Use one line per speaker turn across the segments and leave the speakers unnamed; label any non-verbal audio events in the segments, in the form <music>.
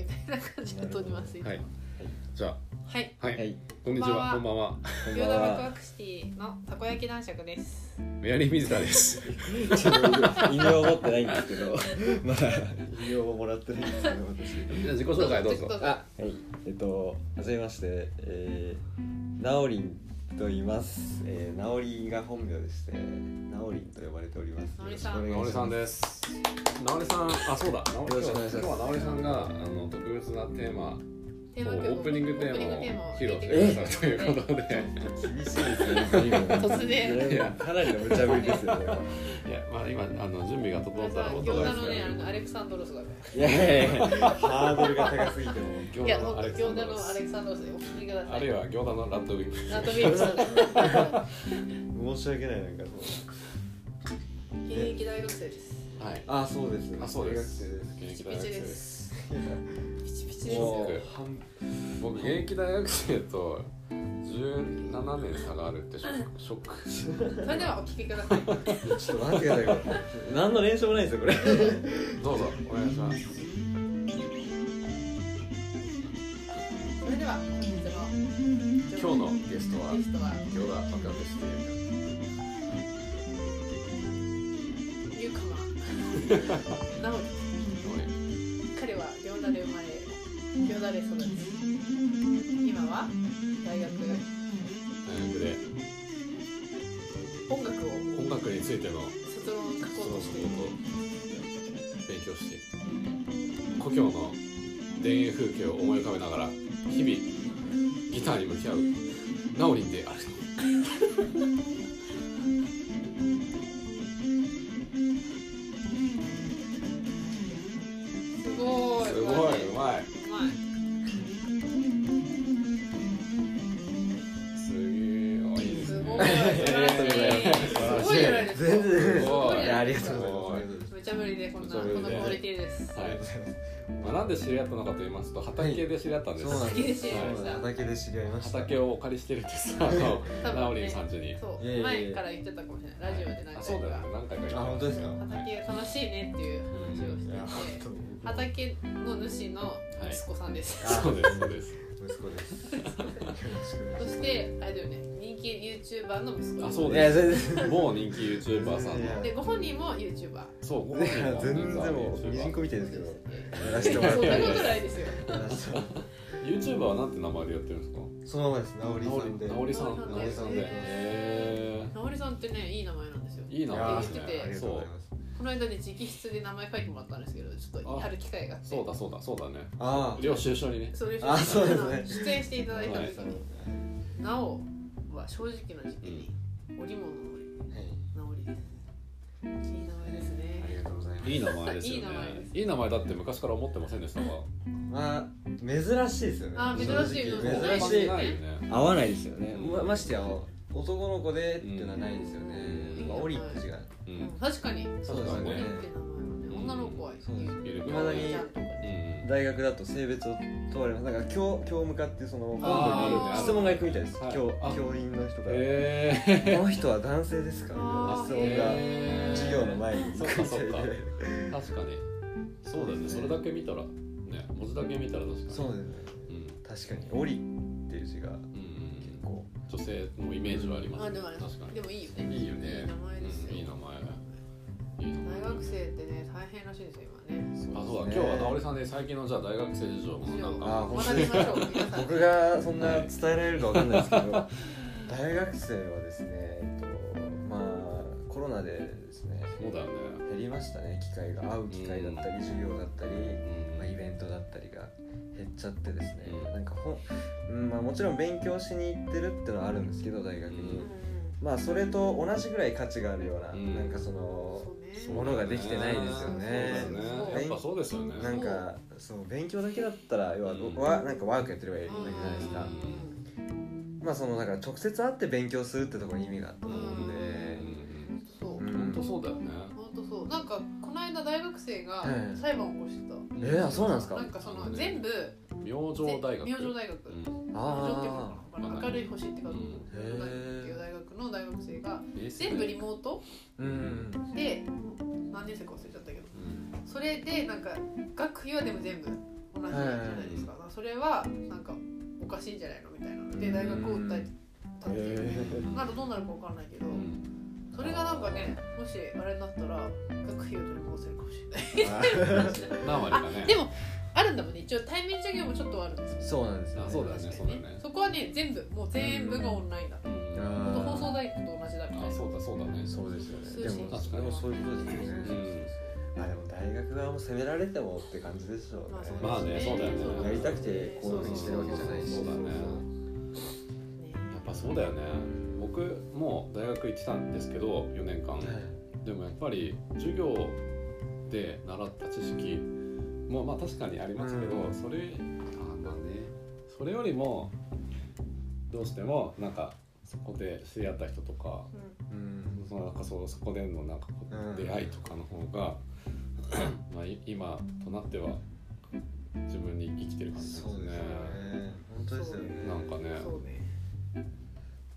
じゃあ撮ります今
は
はいい、
じゃあはい、
はい
こんにちは
こ
こ
ん
んばんは
こんば
ヨ
ん
ーダワクワ
は
クシティのたこ焼き男爵です
メアリー水田です
ちょっと異名を持って <laughs> ないんですけどまだ異名をもらってないんですけど
じゃあ自己紹介どうぞ
どうぞ
私あはいえっとはじめましてえー、ナオリンと言います、えー、ナオリが本名でしてナオリンと呼ばれております
ナオリさん
なおりさん
す
ですなおりさんあそうだなお
よろしくお願いします
今日はなおりさんがあの特別なテーマ
テーマ
オ
曲
ープニングテーマ
オ
を
ープニング
披露して
テーマを
くださるということで
厳しいですね随分
突然
いやかなりの無茶ぶりですよね
いや、まあ、今あの準備が整
これ
ったら
さ
音
餃
が
子のねあのアレクサンドロスがい
いやいやいやハードルが高すぎても
餃
や
子
も
の
う
アレクサ
餃子
ンドロ
のアレ
ス
クサンドロスでお聞きください
あるいは餃子のラッドウィン
ナトビーチ
<laughs>
さん
申し訳ないなんかそう
現役大学生です
はい
あそうです
あそうです現
ピチ
役
ピチ
大学生
で
で
す
す
ピチピチです
も
よ
う半
僕現役大学生と17年差があるってショックショック
それではお聞きください
ちょっと待ってくださいこれ何の練習もないですよこれ
どうぞお願いします
それでは本日の
今日のゲストは
ゲストは
餃子爆発して
ゆうかま
<laughs>
なお彼は行田で生まれ行田で育ち今は大学
大学で
音楽を
音楽についての
卒論を書
そ
こう
の
と
仕
している
事を勉強して故郷の田園風景を思い浮かべながら日々ギターに向き合うナオリンである
すごい
すごいうまいう
まい
すげえあいいです
す
ね
ごい
ありがとうございます
すごいじゃないですか
全然
すごい
い
じ
や
ゃな
あ
い
り
で
が
す
と
か
うございます
無茶ぶりでこんなこ
無茶ぶり
の
で
クオリティです
はい
そ
まあ、なんで知り合ったのかと言いますと畑で知り合ったんです
うなんです
畑で知り合いました
畑で知り合いました
畑をお借りしてるんですあ
多
の
分ね
ナオリンさん家に
そう
いやいやいや
前から言ってたかもしれないラジオで何
あ
回
そうだよ
か
ね何回か言って
あ本当ですか
畑が楽しいねっていう話をし
いや本
ていて
当に
畑の主の息子さんです、
そうですそうです
息子ですよろしくお願い
そ
し
してあれだよね人気 YouTuber の息子
あそう
ますいや
で
全然
す某人気 YouTuber さん
い
の
や
でご本人も YouTuber
そう <laughs> ご本人
全
も
然
実は
もうミジン
YouTuber
コみたいですけどやら
そ
せて
ん
も
な
らっ
こと
て
ないですよ
やらせてもらっ
YouTuber はなんて名前でやってるんですか
てそのままですナオリさんで
ナオリさん
ナ
ナ
オ
オ
リ
リ
さ
さ
ん
ん
で
でへ
なおりさんってねいい名前なんですよ
えいい
い
名
やあ
前で
り
す
言ってて
がと
ねそう
ござ
う
います
この間ね直筆で名前書いてもらったんですけどちょっとやる機会があって
そうだそうだそうだね
あ
領収書にね
それ
あそうですね
出演していただいたんですよ、
はい
なおは正直な時期に織物のなおりですいい名前です
あり
ね
がとうございます
いい名前ですよね
いい名前です
いい名前だって昔から思ってませんでしたか
まあ珍しいですよね
あ珍しい
正
珍
直
しい
珍
ない
しい
よ
い
ね
合わないですよね
うん
まましてや男の子でっていうのはないですよね
うん
まあオリって字が
う
うん
ん
確かに
そう
織って
です
名前は
ね
ね女の子は
そうです
いる
いまだ
ゆう
に
ちゃんとか
うん
ね
大学だと性別を問われますなんか教教務課っていうその本
あ
ー
部に質問が行くみたいです
はい
教
あ
教員の人から
へえ
この人は男性ですかみたいな
あー
質問が
へー
授業の前に
そ
行く
っ
み
か
た
そ
いで
っか確かにそうだよねそれだけ見たらね文字だけ見たら確かに
そうですね
うん
確かに「オリ」っていう字が
うん
結構
女性のイメージはあります
あ
ね
でもあれ
確かに
でもいいよね
いいよね
いい名前ですよ、
うんいい名前いい名前
大学生ってね大変らしいですよ今ね
あそうだ、
ですね
今日は直りさんで最近のじゃあ大学生事情もなんか
あ
学びましょう皆さん
僕がそんな伝えられるかわかんないですけど <laughs> 大学生はですねえっとまあコロナでですね
そうだよね
減りましたね機会が会う機会だったり授業だったり、
うん
まあ、イベントだったりが減っちゃってですね、
うん
なんかほん、うんまあ、もちろん勉強しに行ってるってのはあるんですけど大学に、
うん
まあそれと同じぐらい価値があるような、
うん
なんかその
そうね
ものができてないですよね
そうだよねやっぱそうですよね
なんかそう勉強だけだったら要は、
うん
わなんかワークやってればいいわ
うん
けじゃないですか、
う
まあそのだから直接会って勉強するってところに意味があったと思うんで、
うん
んそう
うん
本当そうだよね
本当そうなんかこの間大学生が
ええ
裁判を起こしてた
えーあそうなんですか
なんかその全部
明星大学
明星大学
う
明星っ
ん
ていう
あ
のかな明るい星って書く
う
大
ん
学っていう大学の大学生が
えー
全部リモート
あうん
で何年生か忘れちゃったけど
うん
それでなんか学費はでも全部同同じじゃないですか、それはなんかおかしいんじゃないのみたいなで大学を訴えたっていうね、
え
なんかどうなるかわかんないけど、
うん
それがなんかねもしあれになったら学費を取り戻せるかもしれない
<laughs> ー
何割かね
でもあるんだもんね一応対面授業もちょっとはあるんですよ
そうなんですよ、
あそうだよね
確
そ
か
う
に
だよ
ね
ね
そこはね全部もう全部がオンラインだ、
うん
ほんと
放
放送大学と同じだみたい
あ
な
そうだそうだね
そうですよね
通
で
信
もそれもそういうことですよね、あでも大学側も責められてもって感じでしょうね,、
まあねそうだよね
やりたくてこういうふうにしてるわけじゃないし
そうだね
ね
やっぱそうだよね僕も大学行ってたんですけど4年間、でもやっぱり授業で習った知識もまあ確かにありますけど、
うん
それあまあねそれよりもどうしてもなんかそこで知り合った人とか
う
うん
そのなんかそうそこでのなんかこう
うん
出会いとかの方が、 <clears throat> まあい今となっては自分に生きてる感じです
そうですよ
ね
ね。本当ですよね
なんかね
んそうね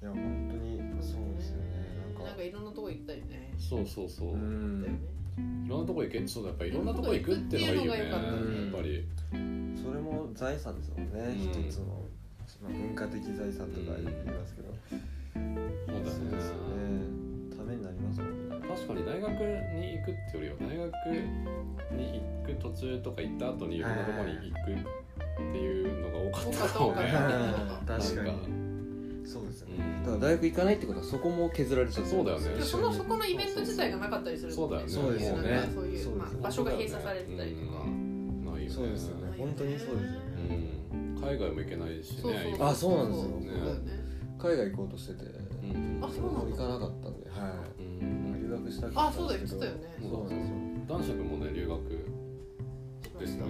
いや本当にそうですよねなんか
なんかいろんなとこ行ったりね
そうそうそう、
うん
いろんなとこ行けそうだやっぱいろんなとこ行くっていうのがいいよね
い
や
ろんなとこ行く
っていうのが良かったね
っぱり
それも財産ですもんね、
うん
一つの、まあ、文化的財産とか言いますけど、
そうだよ
そう
ね
ですよねためになりますもんね
確かに大学に行くってよりは大学に行く途中とか行った後にいろんなとこに行くっていうのが多かったかも
多かった多
ね
かっ
うん <laughs> 確か
なん
にそうですよね、
うん
ただ大学行かないってことはそこも削られちゃってるんです
そうだよね
でもそのそこのイベント自体がなかったりするもん
そうだよね
なんか
そ
そうう
で
い
す
う、まあ
よねそうですよね、
場所が閉鎖されてたりとか、
うんないよね
そうですよね
ないよね
本当にそうですよね
うん海外も行けないしね
そうそう
今
あそうなんですよ
そうだよね
海外行こうとしてて、
うん
あそうなんだ
もう行かなかったんで、はい、
うん
留学したかった
あそうだよ言ってたよね
そうなんですよ
男爵もね留学ですね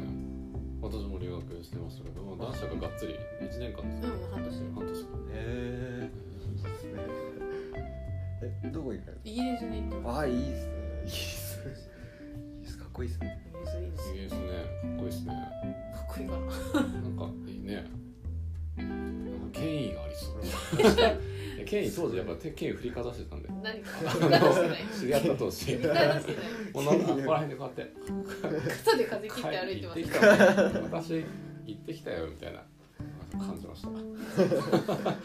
私も留学してましたけど男爵がっつり1年間です
う
ね
ん半年
半年
へええどこ行かれ
イギリスに行ってます
たあいいですねイギリスイギリスかっこいいですね
イギリスいいです
いいですねかっこいいですね
かっこいいかな
なんかいいね。なんか権威がありそう。 <laughs> いや権威当時やっぱ手権威振りかざしてたんで。
何か
あ
歌出してない
の知り合った
<laughs> 歌
当時。
出してない
女の子ここら辺でこうやって
靴で風切って歩いて
行っ
ま
て
す
きたの。私行ってきたよみたいな感じ
<laughs>
ました。 <laughs>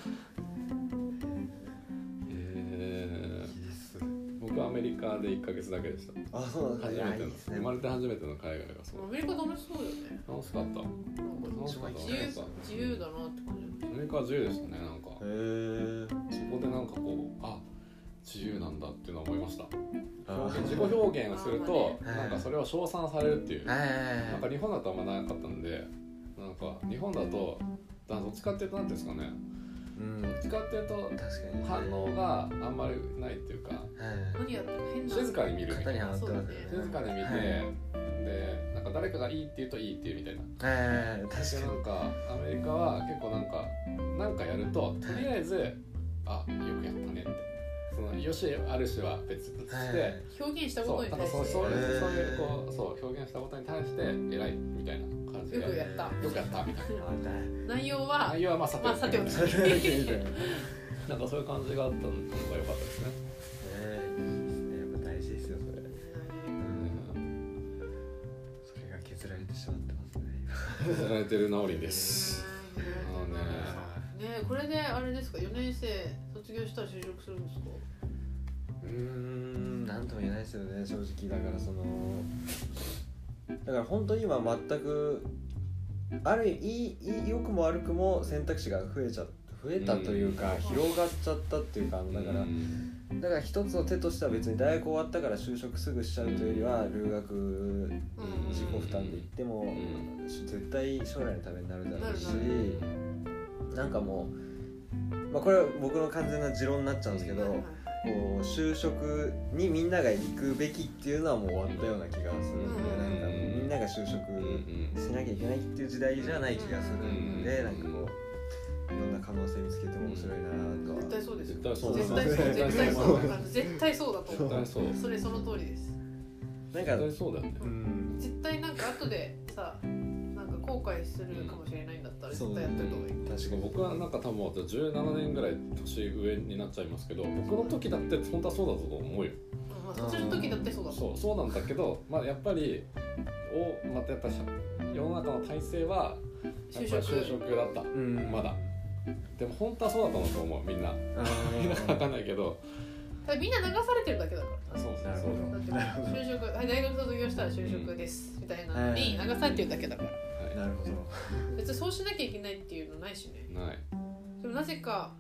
え
イギリス
ー僕はアメリカで一ヶ月だけでした。
あそうなんです
初
ね
め
あ
て
い
の
いですね
生まれて初めての海外がそう
ア。メリカ楽しそうだよね
楽しかった。
なんか
楽しかった。
自由自由だなって感じ
アメリカは自由でしたねなんか。
へえ
そこでなんかこうあ自由なんだっていうのは思いました
あ
自己表現をすると
あーまあね
なんかそれは称賛されるっていうな
え
んか日本だとあんまなかったんでなんか日本だとだどっちかっていうと何ていうんですかね
うん
どっちかっていうと
確かに
反応があんまりないっていうか
は
何やっても変な
静かに見るみた
肩
い
に
な
はまってますよね
静かに見
は
て
い
でなんか誰かがいいって言うといいっていうみたいな
ええ
で
確
な
かに
んかアメリカは結構なんかなんかやるととりあえず「あよくやったね」ってその「よしあるし」は別として、
はい
表現したこ
そ
と
う
に
なんか
対
そう
して
そう
へ
いう
ー
そういうこうそう表現したことに対して偉いみたいな感じで
よくやった
よくやったみたい
あだ
内容は
な内容はまあさて
まあさておき
き
それだけみたいな
なんかそういう感じがあったのが良かったですね、
ええいいですねやっぱ大事ですよそれうんそれが削られてしまってますね
削られてるナオリンです
ねえこれであれですか4年生卒業したら就職するんですか
うーんなんとも言えないですよね正直だからそのだから本当に今全くある意味いいいい良くも悪くも選択肢が増えちゃ増えたというか、
ん
広がっちゃったっていうかあのだから、
うん
だから一つの手としては別に大学終わったから就職すぐしちゃうというよりは留学
うん
自己負担で行っても、
ん
絶対将来のためになるだろうし
なる
なんかもう、まあ、これは僕の完全な持論になっちゃうんですけど、
はい
こう就職にみんなが行くべきっていうのはもう終わったような気がするんで、
うん
なんかもうみんなが就職
うんうん
しなきゃいけないっていう時代じゃない気がするんで、
うん
なんかこういろんな可能性見つけても面白いなとは、
絶対そうですよ
絶対そう
絶対そう絶
絶対
対
そ
そうう絶対そうだと
絶
思
対
う
そう絶
それその通りです
なん
対
か、
そうだよね
うん、
絶対なんか後でさなんか後悔するかもしれないんだったら
そう
絶対やっといた方がいい
確かに
僕はなんか多分私17年ぐらい年上になっちゃいますけど僕の時だって本当はそうだと思うよ
まあ卒業の時だってそうだと
そうそうなんだけど、まあ、やっぱりおまたやっぱり社世の中の体制はやっ
就
ぱ
職
り就職だった
うん
まだでも本当はそうだったんだと思うみんな
あ
みんな分かん
ー
ないけど
ただみんな流されてるだけだから
そうそう
なる
そ
ほ
う
だ
ど
って
なるほ
就職はい大学卒業したら就職です、みたいなのに
は
流
い
されてるだけだから
どなるほど
別にそうしなきゃいけないっていうのないしね
はいない
でもなぜか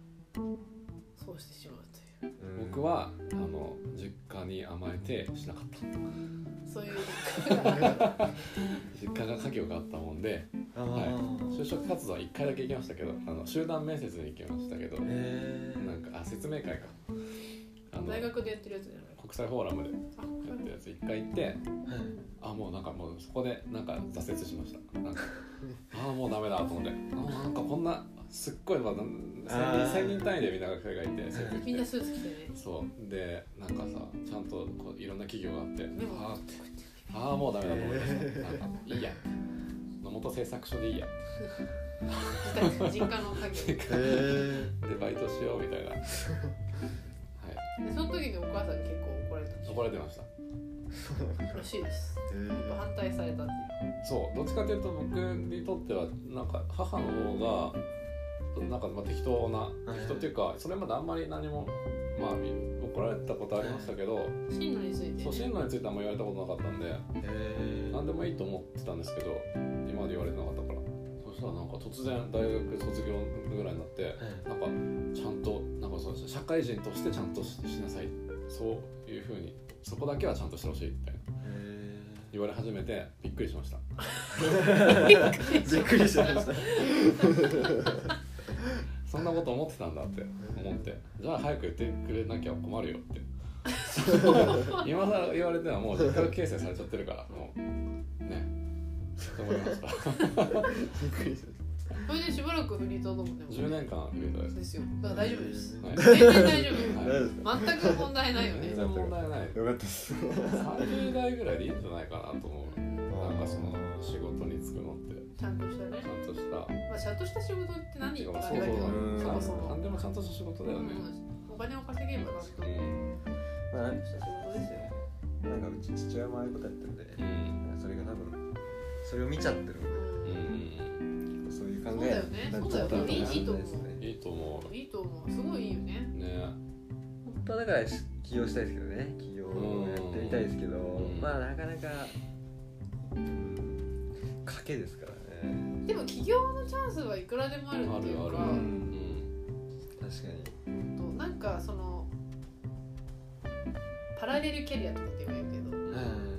そうしてしまうとい
僕はあの実家に甘えてしなかった
うそういう結
<laughs>
果が
実家が家業があったもんで
あー
就職活動は1回だけ行きましたけどあの集団面接に行きましたけどな
えー
んかあ説明会かあの
大
国
学でやってるやつじゃない
際フォーラムで
あ
やってるやつ1回行って
はい
あもうなんかもうそこでなんか挫折しまし
<laughs>
たなんかああもうダメだと思ってあーなんかこんなすっごいまあなん
あー
1000人1000人単位でみんな学生がいて先生
みんなスーツ着てね
そうでなんかさちゃんとこういろんな企業があって
メモ
あ
取ってこうやって
ーあーもうダメだと思いましたなんかいいや野本製作所でいいや
自宅実家の家業
えー
でバイトしようみた
<laughs>
いなはい
でその時にお母さんに結構怒られたんでしょ
怒られてました
そうなんだ
らしいです
え
やっぱ
ー
反対されたっていう
そうどっちかというと僕にとってはなんか母の方がなんかまあ適当な
はい
適当っていうかそれまであんまり何もまあみ怒られたことありましたけど
進路について
そう進路についてあんま言われたことなかったんで
えー
何でもいいと思ってたんですけど今まで言われてなかったからそしたらなんか突然大学卒業ぐらいになって
はい
なんかちゃんとなんかそうです社会人としてちゃんとししなさいそういうふうにそこだけはちゃんとしてほしいみたいな
え
言われ始めてびっくりしました <laughs>
ーびっくりしました
そんなこと思ってたんだって思ってじゃあ早く言ってくれなきゃ困るよって今さら言われてはもう実家形成されちゃってるからもうねと思いました
びっくりし
それでしばらくフリートだもんね
10年間フリートです、
ですよだから大丈夫です
はい、
全然大丈
ま
<laughs>
夫
した大丈夫ですか
全く問題ないよね
全然問題ない
よかったです
30代ぐらいでいいんじゃないかなと思うなんかその仕事に就くのって
ちゃんとしたね
ちゃんとした
まあちゃんとした仕事って何って
そう
感
そ
じだけど
うん
そもそうも
何でもちゃんとした仕事だよね
お金を稼げばなんと
う
か
ん
まあなん
した仕事ですよ
なんかうち父親もああいうことやってるんで
うん
それが多分それを見ちゃってるんで
うん
そういう考
そうだよ
え
ね
にな
そ
っ
う
ち
だ
ゃ
よ
ったのか
ね
な
い
いみた
い
い
いと
で
思
すね
うんいいと思
ういいと思うすごいいいよね
うね
本当はだから起業したいですけどね起業をやってみたいですけど
ん
まあなかなかうん賭けですからね
でも起業のチャンスはいくらでもあるっていうか
ある
う
あるうんん
確かに
となんかそのパラレルキャリアとかって言われるけど
うん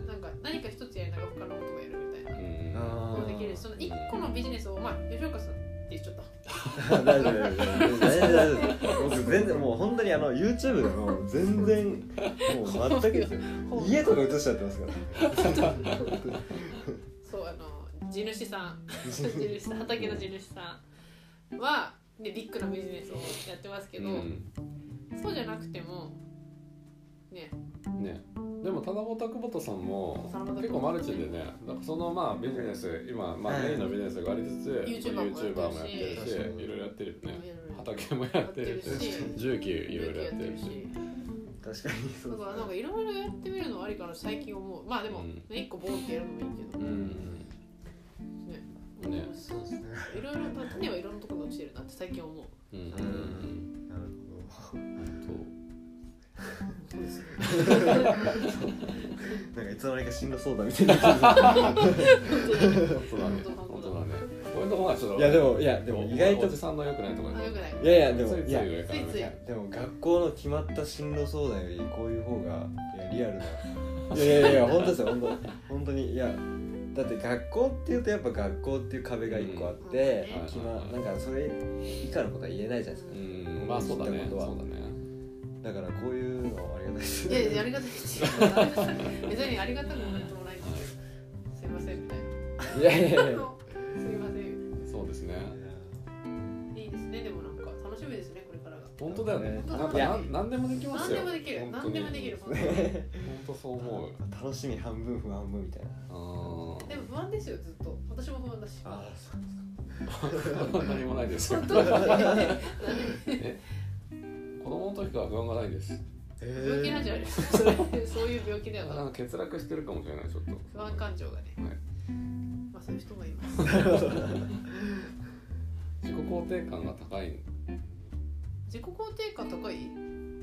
なんか何か一つやりながら他のこともやるみたいな
う
あ
ん
ことできるしその一個のビジネスをまあ吉岡さんって言っちゃった
大丈夫大丈夫大丈夫大丈夫僕全然もう本当にあの YouTube でも全然もう全くですよ家とか映しちゃってますから
そうあの地主さ
<laughs>
ん <laughs> 地主さん畑の地主さんは、ね、ビッグなビジネスをやってますけど、
う
そうじゃなくてもね
んねでも棚本久保田さんも
田中久保田
結構マルチでねだからそのまあビジネス今まあ
うん
メインのビジネスがありつつ
YouTuber も
YouTuber もや
や
っ
ってて
る
る
し
しいろいろやってるよね
いろいろ
畑もや
や
っ
ってて
る
る
し
し
重機いろいろ
や
や
っ
ってて
る
るし
し
確かにそう
だ
で
からなんかいろいろやってみるのはありかな最近思うまあでも、
うん
ね一個ボーンってやるのもいいけど、
うん
ね
ね
そうそう
すね
いろいろ種はいろんなところに落ちてるなって最近思う
うんうん
んなるほ
そ
ど
うですよね
なんかいつの間にか進路相談みたいになって
そうそうだね本当だねこういうとこがちょっと
るいやでもいやでも意外と
おじさんの良くないところ
あよく
<laughs>
ない
いやいやで
つ
も
いつ
い
い
や
上か
つ
ら
いつい
ね
でも学校の決まった進路相談よりこういう方がいやリアルないやいやいや本当ですよ本当本当にいやだって学校っていうとやっぱ学校っていう壁が一個あって、
うん
決まなんかそれ以下のことは言えないじゃないですか
う、んまあそうだねそうだね
だからこういうのはありがたいです
いやいやありがたいですよありがたい別にありがたくもなんともないんですけどすいませんみたいない
やいやい
す
やいや
いません
そうですね
いいですねでもなんか楽しみですねこれからが
本当だよね
本
な
当
ん
だ
か
ね
なん何でもできます
何
よ
でもできる
本当
何
に
でもできる本当に
本当そう思う
楽しみ半分不安半分みたいな
あ
でも不安ですよずっと私も不安だし
ああそう <laughs>
ー何もないです
本当だね
子供の時から不安がないです
病気なんじゃないです <laughs> かそれそういう病気だよ
なん
な
か欠落してるかもしれないちょっと
不安感情がね、
はい
まぱそういう人もいます
自己肯定感が高い
自己肯定感高い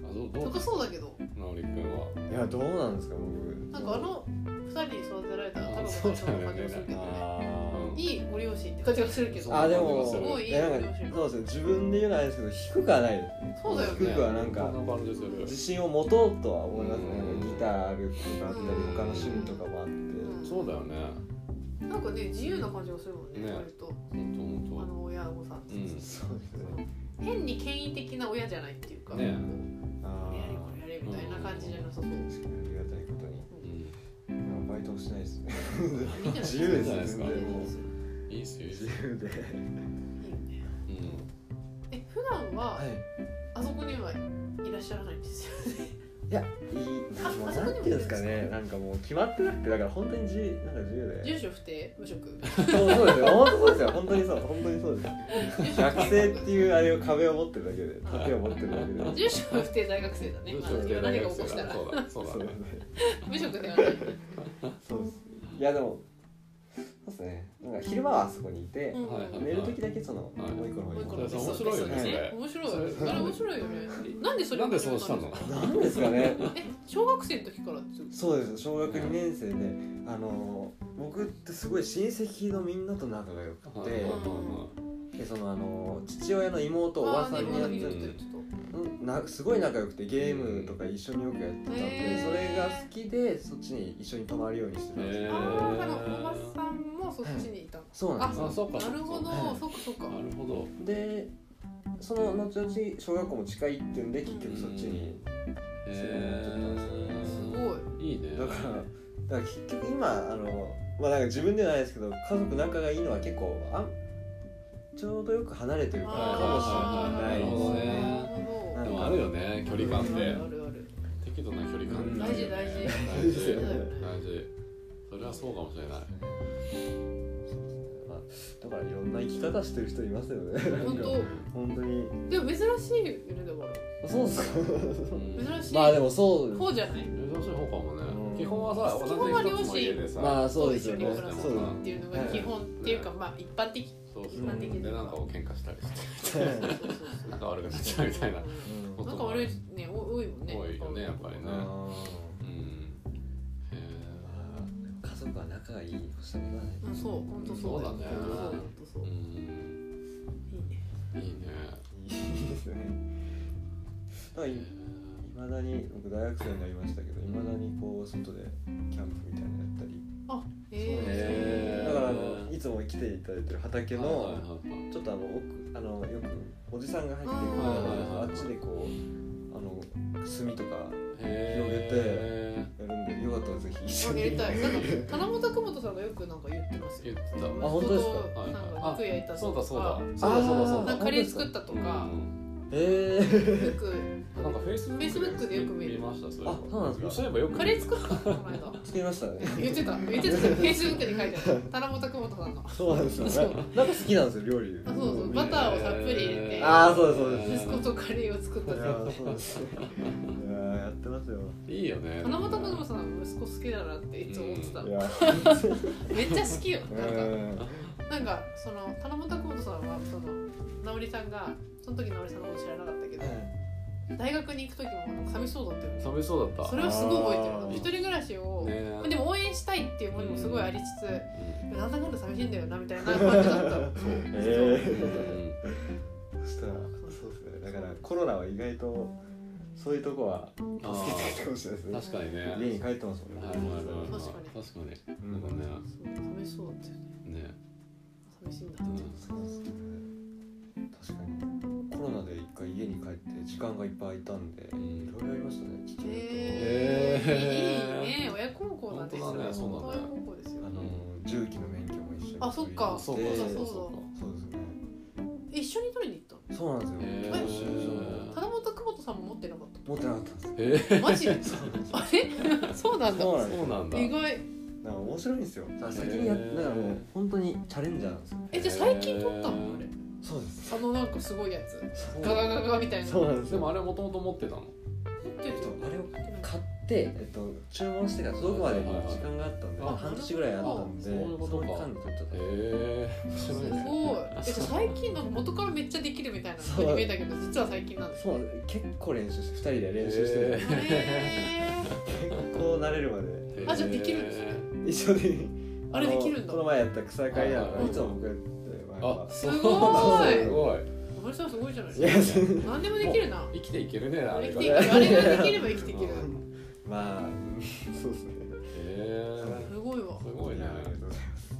あどうどう
高そうだけど
直く君はい
やどうなんですか僕
なんかあの二人に育てられたら多分
そう
そ
だ
ん
よね
な感じがするけどね
あー
いいご両親って感じがするけど
あでも
すごいいい
いやなんかそうですね自分で言うのはあれですけど低くはないですね
そうだよね
低くはなんか
そんな感じする
自信を持とうとは思いますね
うん
ギターあるとかあったり
うん
他の趣味とかもあって
そうだよね
なんかね自由な感じがするもんね
ね
割と
本当
あ
本
の親御さんって、
うん
そうですね
変に権威的な親じゃないっていうか、
ね
あ
こうやれこ
あ
れやれみたいな感じじゃなさそう、うん
確かにありがたいことに
当うん
まあバイトもしないですね
いいんじゃない
自由です
いい
ね
んじゃ
全
ない
然もう
ですか
いいっすよいいっす
自
よ
由で
いいよね
うん
え普段は
はい
あそこにはいらっしゃらないんですよね
いや、いい、
あ
もう
あそ
な
こ
ん
に
て
も
いうんですかね、なんかもう決まってなくて、だから本当に自由、なんか自由で。
住所不定無職
そうそうですよ、本当そうですよ、本当にそう、本当にそうです。学生っていうあれを壁を持ってるだけで、盾を持ってるだけで。
住所不定大学生だね
文章
まあ
不定
何
大
か
学
起こした
生
ら
だそうだそ
そ
う
うで
だね
すね。
無職ではない
そうです。いや、でも。そうですね、なんか昼間はあそこにいて、
うん
はいはい
寝る時だけその、
はい
もう一個の方
もう
に
一個の
戻る。
別
そう
荘
面白いよね
別荘面白い
それそれ
あれ面白いよねなんでそれ
なんでそうしたの
なんですかね。
え小学生の時からってこと
そうです小学2年生で、あの僕ってすごい親戚のみんなと仲が良くて、
はいはいはい
でそのあの父親の妹おばさんにや
あー
ってて
ね妹にやって
うんなすごい仲良くてゲームとか一緒によくやってたんで、
へー
それが好きでそっちに一緒に泊まるようにしてたんです
た
よ
へ
あーあの
へー
おばさんもそっちにいたの
そうなんです
あ
よ
そうか
なるほど
はい
そっかそっか
なるほど
でその後々小学校も近いっていうんで結局そっちに、
へえ
すごい
いいいね
だからだから結局今あのまあなんか自分ではないですけど家族仲がいいのは結構あんちょうどよく離れてるからかもしれないで
あーなる
す
ほど
ね
ね
な
でもあるよね距離感っ
ほど
て
あるある
適度な距離感
大事大事
大事
そうだよね
大事それはそうかもしれない
まあだからいろんな生き方してる人いますよね
本
本当に
当でも珍しいよねだか
そうっすから
珍しい
まあでもそうです
方じゃない
珍しい方かも
う
ね
ん
基本はさ
基
同
本は
じ
両
一つの家
親
でさ、
まあそうです
一緒
よ
に
ね
暮らす
そう
だ
っていうのが基本っていうかまあ一般的
そうそう
一般的
でなんかを喧嘩したりして
そうそうそうそう
仲悪くなっちゃうみたいな
うん
なんか悪いねお多いもんね
多いよねやっぱりね
あ
うんへ
ーまあ家族は仲がいいに越したことはない
うんそう本当そうよ
そうだね
本当そう本当そ
えうん
ういいね
いいね
いいですよねだからいまだに僕大学生になりましたけどいまだにこう外でキャンプみたいなのやったり
あ
へ
へ
だ
ー
からあのいつも来ていただいてる畑
はいはい
の
はいはい
ちょっとあの奥あのよくおじさんが入ってる
うん
あっちでこうあの炭とかやる
へ
んでよかったらぜひ一緒
え
に
やりたいなんか七本久本さんがよくなんか言ってます
言
よ
ってた
あ本当ですか
人となん
はい
か肉焼いたとか
そうだそうだ
あ
そうだそうだそう
ー
だ
なんかカレー作ったとか
うん
<laughs> え
よ
ー、
く
なんかフェイスブック
Facebook でよく見る
ましたそれ
あそうなんですか
そういえばよく
カレー作ったのこの間
作りましたね
<laughs> 言ってた言ってたフェイスブックに書いてある田中久本さんのあ
そうなんですよ
そう
なんか好きなんですよ料理
そうそうバターをたっぷり入れて
あーそうですそうです
息子とカレーを作った
い
じ
や
ゃん
ーそうですねいやーやってますよ
いいよね
七本久本さんの息子好きだなっていつも思ってた
いや
めっちゃ好きよなんか
ー
なんかその田中久本さんはその直りさんがその時直りさんのこと知らなかったけど大学に行く時もなんか寂しそうだったよね
寂しそうだった
それはすごい覚えて
あ
る
ー
一人暮らしを、
ねえ
でも応援したいっていう思いもすごいありつつ、
う
なんだかんだ寂しいんだよなみたいな感じだった
<laughs> そう
え
ん
ー、そしたらそうですねだからコロナは意外とそういうとこは
あ
助けてくれてほしいです
ー
ね
確かにね
家に帰ってますもんね
はいはいはいはい
確かに
確かに
う
なんんかね
そう寂しそうだったよね
ね
寂しいんだって、
そうですね確かにコロナで一回家に帰って時間がいっぱい空いたんでい
ん
ろいろありましたね父親と、
へ
へ
ー
ー
いいね親孝行なんですよ
本当だねそうなんだよ
本当親孝行ですよ
あの重機の免許も一緒に
あそっか
あそう
取り
か
に
そ
行
う
って
か
そうだ
そ
そうですね
一緒に取りに行っ
そうなんですよ、
ー
へ
教習
たの田中久保田さんも持ってなかっ
所持ってなかったんですよ
うかえ
たマジであれそうなんだ
そうなん
ー
です
そ
よ
うなんだ
意外
なんか面白いんですよだから先にやっ
へー
だからもう本当にチャレンジャーなんですよ
えじゃあ最近取ったのあれ
そうです
あのなんかすごいやつガガガガみたいな
そうなんです
でも
よ
あれもともと持ってたの
持ってる
あれを買っって、えっと、注文してから届くまでに時間があったんで、
はいはいはい
半年ぐらいあったんで
あそういうことか
その間に撮っちゃった
ええ面白い
す
ね
ごいえじゃあ最近なんか元からめっちゃできるみたいなふうに見えたけど実は最近なん
<laughs>
です
そうなんです結構練習して2人で練習して
へ
ね
へ
結構慣れるまで
へえ
あじゃあできるんですね
一緒に
<laughs> あれできるん
の
だ
この前やった草刈りな
はい
の
はい
いつも僕やってま
あ
あ
そう
すご
い
すごい
ー森さんすごいじゃない
いや
ですか何でもできるな
もう生きていけるねあ
生
れ
き
が
てい
へ
けるあれができれば生きていける
まあ <laughs> うんそうですね
え
すごいわ
すごいね
ありがとうございます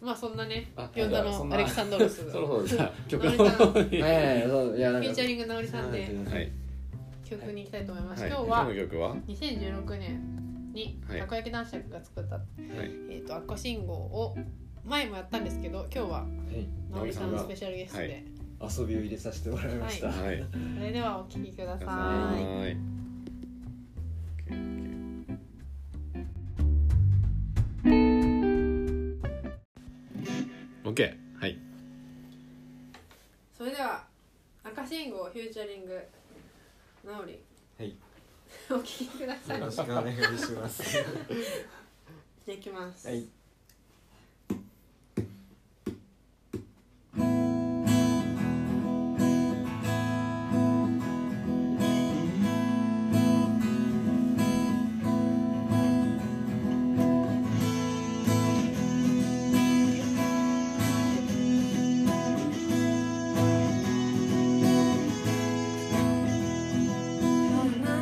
まあそんなね
あ
ヨンダのアレクサンドロス
そ
フ
ろ
ィ
<laughs> そろじゃあ曲の方に
はいはいはいそういやなんか
ーチャリングなおりさんで
はい
曲に行きたいと思います、
はい
今日
今日
は
の曲はは
2016年に
はい
たこ焼き男爵が作った、
い
えー、とアッコ信号を前もやったんですけど今日は直美さんのスペシャルゲストで、
はい
遊びを入れさせてもらいました、
は
はい
それではお聴きください
はい。オッケー、はい。
それでは赤信号フューチャリング直り
はい
お聴きください
よ
じゃ
ろしくお願いします。
<laughs>
あいきます、
はい。
「アナ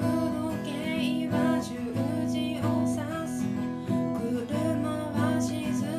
ログ時計は十字を指す」「車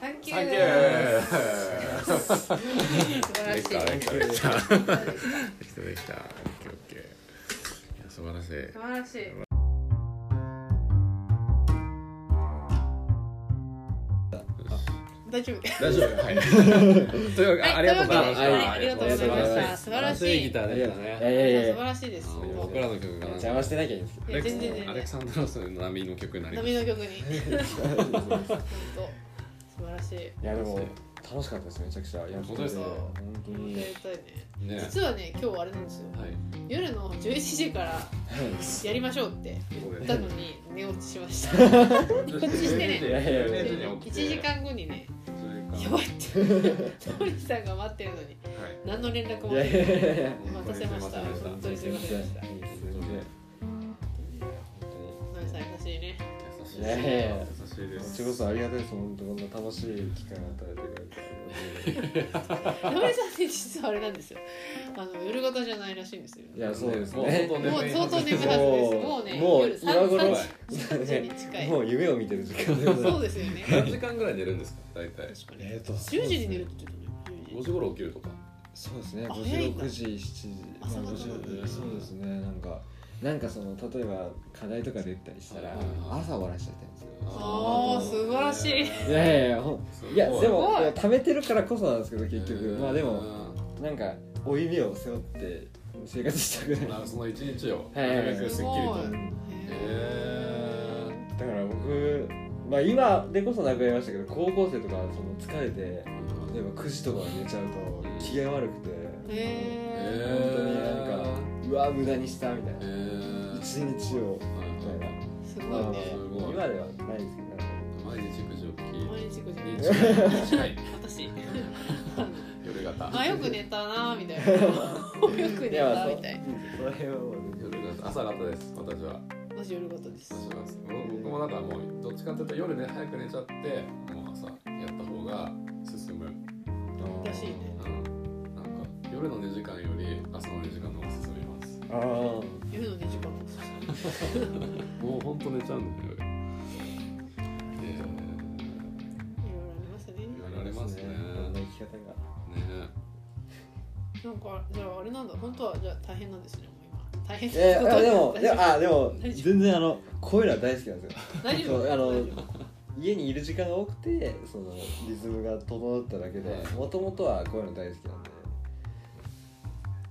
サンキュ
ー
ー
素晴らしい
できたできたできた
そうですか
できたできたオッケーオッケーいや素晴らしい
素晴らしい大丈夫
大丈夫
はい。というわけで、
はい
ありがとうございました。
はい
あ
あ
り
り
が
が
と
と
う
う
ご
ございま
ざいました。
した
素晴らしい
ギターでした
いや
ね。
いやいやい
素
や
晴らしいです
あの
も
僕らの曲がなんか
邪魔してなきゃいいんです
アレック
いや
ス
全然全然
アレクサンドロスの波の曲にな
う
りま
波
し
の曲に
けど
本当素晴らしい
いやでも楽しかったですめちゃくちゃいや
本当ですか
本当
本当に
に
やりたいね
た。ね。
実はね今日あれなんですよ
はい。
夜の11時からやりましょうって言ったのに寝落ちしましたっ
こ
ちしてね
いやいやいや
1時。間後にねやばいってタモリさんが待ってるのに
はい。
何の連絡も
い
な
や
い
いやいやいや
お待たせました本当にすいませんでしたナミさん優しいね
優しい。
いやいやいや
優しいで
こっ
す。
ちこそありがたいです本当こんな楽しい期間与えてくれて
タモリさんって実はあれなんですよあの夜型じゃないらしいんですよ
いやそうです
もう
ね
相当
も
眠
う
い
相当眠いはずですもうね
もう
夜
今頃
3
は
時に近い
もう夢を見てる時間でご
そ
ざいま
う
す
ですよね
何時間ぐらい寝るんですか。大
確
体。
かに
<laughs> えーと
10時に寝るって言ってたね
五時頃起きるとか。
そうですね
あ早いんだ
56時7時
あそんな
5
ことな
時
んだ
そうですねなんかなんかその例えば課題とか出たりしたら
はいはいはい
朝終わらしちゃってるんですよ
あー素晴らしい
いやいやいやほんいやでも
すごい
いや貯めてるからこそなんですけど結局まあでも
も。
なんか負い目を背負って生活したく
な
ない
んかその一日を。
はいはいはい
なるべくす
す
っきり
ご
と
い。
へー
だから僕まあ今でこそ亡くなりましたけど高校生とかその疲れて例えば9時とかに寝ちゃうと機嫌悪くて
へえ
本当になんかうわ無駄にしたみたいな
え
一日をみたいな
す
ま
ご
あ
い
まあ
ね
すご
今
い
ではないですけどなんか
毎日9時
毎日5時
起
に
きに近い
私
<laughs>
夜
あ
型
よく寝たなみたいなよく寝
いやま
た
あ
みたいな
そうその辺はもう
夜型朝型です私は
私夜型です
私は僕もなんかもうどっちかっていうと夜ね早く寝ちゃってもう朝やった方が進む、
らしいね
うん、なんか夜の2時間より朝の2時間の方が進みます
ああ
夜の2時間も
もうほんと寝ちゃうんだよ夜え
いろいろありますね
言われますね
いろんな生き方が
ー、ね
なんかじゃああれなんだ本当はじゃあ大変なんですねもう今大変っ
え
てこと
ー、でも、
大
で
丈
も、あ、でも、
大丈夫
全然、あの、こういうのは大好きなんですよ。
夫 <laughs> 大丈
そう
夫
あの
大丈夫
家にいる時間が多くて、その、リズムが整っただけで、もともとはこういうの大好きなんで。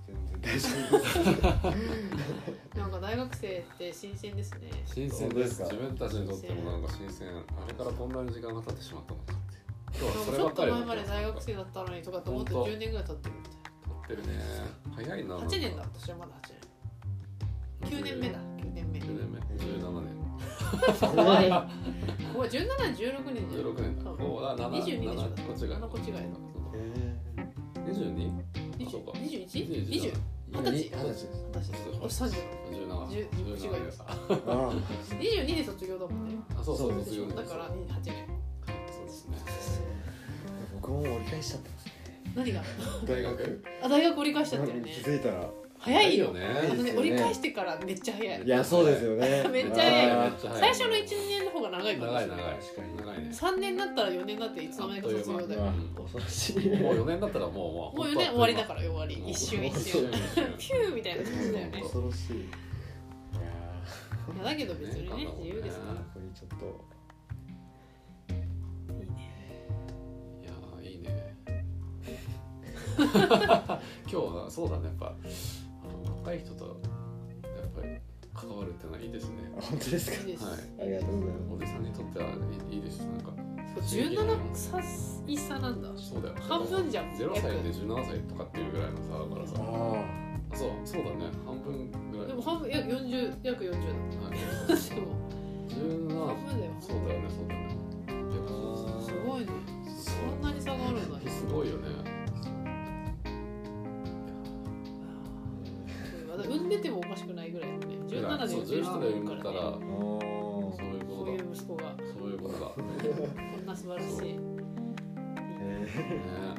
全然大丈夫です。
なんか大学生って新鮮ですね
新鮮
本当
で
ですすか
自分たちにとってもなんか新鮮あれからこんなに時間が経ってしまったのかって今
なん
日
か
はそれ
ちょ
ば
っ
っか
と
り
前まで大学生だったのにとかと思って
本当
10年ぐらい経ってるみたい
経ってるね早いな
な8年だ私はまだ8年9年目だ9年目
9年目17年
怖い
<laughs>
怖い17年16年だよ
16年だ
多分
おあ7
22でしょ
こっちが
七個違いだ
22そうか
21?20?
二
二十
十歳
歳
です。
私俺30十
17
十違い
あ
あ
22で卒業だもんね
そうそう
そう
卒業
だから28年
そうですね
僕も折り返しちゃったんですね。
何が
大学。
あ大学折り返しちゃってる
<laughs>
ね
気づいたら。
早いよ
ね
あの
です
ね
よね
折り返してからめっちゃ早い。
いや、そうですよ <laughs> ね
めっちゃ
早い
あー
めっちゃ早い
最初の1年の方が長いから
長い長い
確かに
長いね
3年だったら4年だっていつの間にか卒業だよも
あっ
うん
恐ろしい。
もう4年だったらもう
う4年終わりだ
ら
から終わり一瞬一瞬 <laughs> ピューみたいな感じだよね
恐ろしい。いや
いやだけど別にね自由ですか
ー、これちょっと。
らいいね
いやーいい
<laughs>
ね今日はそうだねやっぱあの若い人とやっぱり関わるってのはいいですね
あ本当です
い
か。
いです
は
ありがとうござい
おじさんにとってはいいいいですなんか
17歳差なんだ
そうだよ
半分じゃん
0歳で17歳とかっていうぐらいの差だから
ます。
さ
あ
そうそうだね半分ぐらい
でも半分約40約40
はい
だでも
17
半分だよ
そうだよねそうだよねでも
すごいね
す
そんなに差があるんだ
ごいすごいよね
まだ産んでてもおかしくないぐらいのね17で
そう
産んでる人
17
も
で
いる
産ん
か
だ
らね
ら
あ。お
そういうこ
そう
と
い
だ
う息子が
そういうことだ
こんな素晴らしいいいね
ね
え。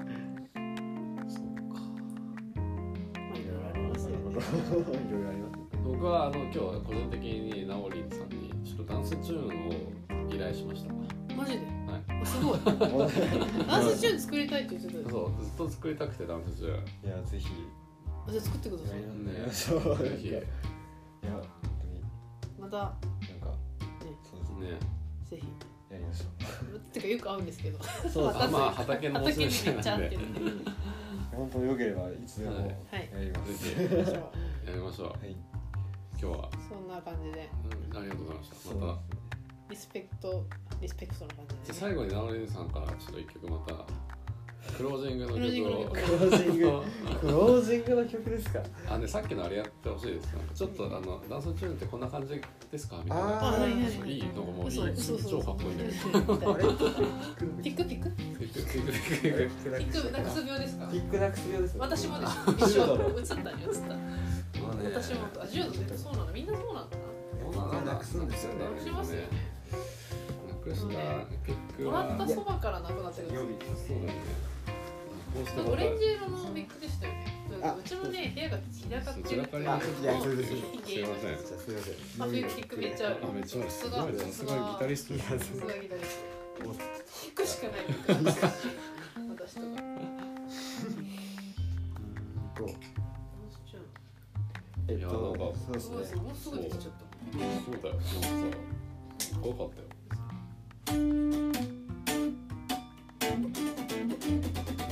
そうか
まあいろいろありますよね
いろいろあります。
僕はあの今日は個人的にナオリンさんにちょっとダンスチューンを依頼しました。
マジで
はい。
す <laughs> ごいダンスチューン作りたいって言ってたよ
そうずっと作りたくてダンス中
いやぜひ
じゃあ作ってください
ね
そうなんか
ぜひ
いや
ね
本当に
また
なんかそうですね
ぜひ
やりましょ
てかよく会うんですけど
うそう
ま
で
あ
す
た
まあ畑の
畑に
募
め
集
っ
し
ち
て
ゃ合
なん
っ
で
て
ぜ <laughs>
るんでや
本当よければいつでも
はい
やります
ひ
りましょう
やりましょう
はい
今日は、
そんな感じで
うん、ありがとうございました
そう
また
リスペクトリスペクトな感
じ
じ
ゃあ
で、ね、
最後にナオリンさんからちょっと一曲またクロージングの
クロージング
曲
の曲
を
クロージングクロージングの曲ですか
あねさっきのあれやってほしいですなんかちょっとあのダンスチューンってこんな感じですかみたいな
あ
あ
何
そう
何
いいなんかもういい
嘘嘘嘘
超かっこいいんだけど
あれ
ピックピックピ
ピックピックピックピック
ックなんか数秒ですか
ピックナックス病です
私もです一
柔道
緒映ったね映った
まあね
私もあ柔道でもそうなんだみんなそうなんだ
まあ
なくすんですよね
ななくしますよね
なくしたピック
もら
は
ったそばからなくなって
予
くる
備
そうだよねこうして
なんか
また
オレンジ色のメイクでしたよね
あ
うちもね部屋が散らかってるっていう
あ
いやそれです
い
すいません
じゃあすいませ
あ
ん
冬キックめっちゃ
あめっちゃすごいすごいギタリスト
さすがギタリスト弾くしかない私とか
えっ
いや
と
なんか
そうです
すごい
ね
すごいもうすぐできちゃっ
そうだよなんかさすごかったよ
たすごい
いい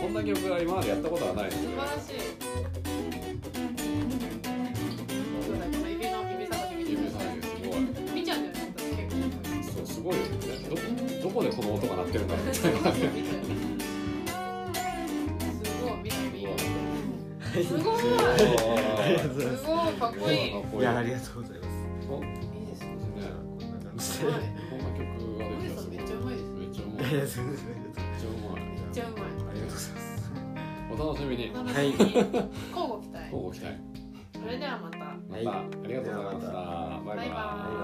こんな曲は今までやったことはない
素晴らしいそうだこの指の指先
ゆ
指
め
先
さんすご
見ちゃうんだよね私結構
いそうすごいよねどどこでこの音が鳴ってるんだろうみ
す
た
ご
い
い
なね
見てみようすごいすごいかっこいいいい
いやありがとうございま
で
す
すね
じゃあこんな感じで
はい
こんな曲が
森
でき
田
た
さ
す
ん
ご
め
い
っちゃうまいです
めっちゃうま
いやい
いめっ
やすいません
ちゃうまい
めっちゃうまい
ありがとうございます
お楽しみに
なの
はい
に交互期待
乞うご期待
それではまた
またありがとうございましたバイバ
バイバ
イ
イ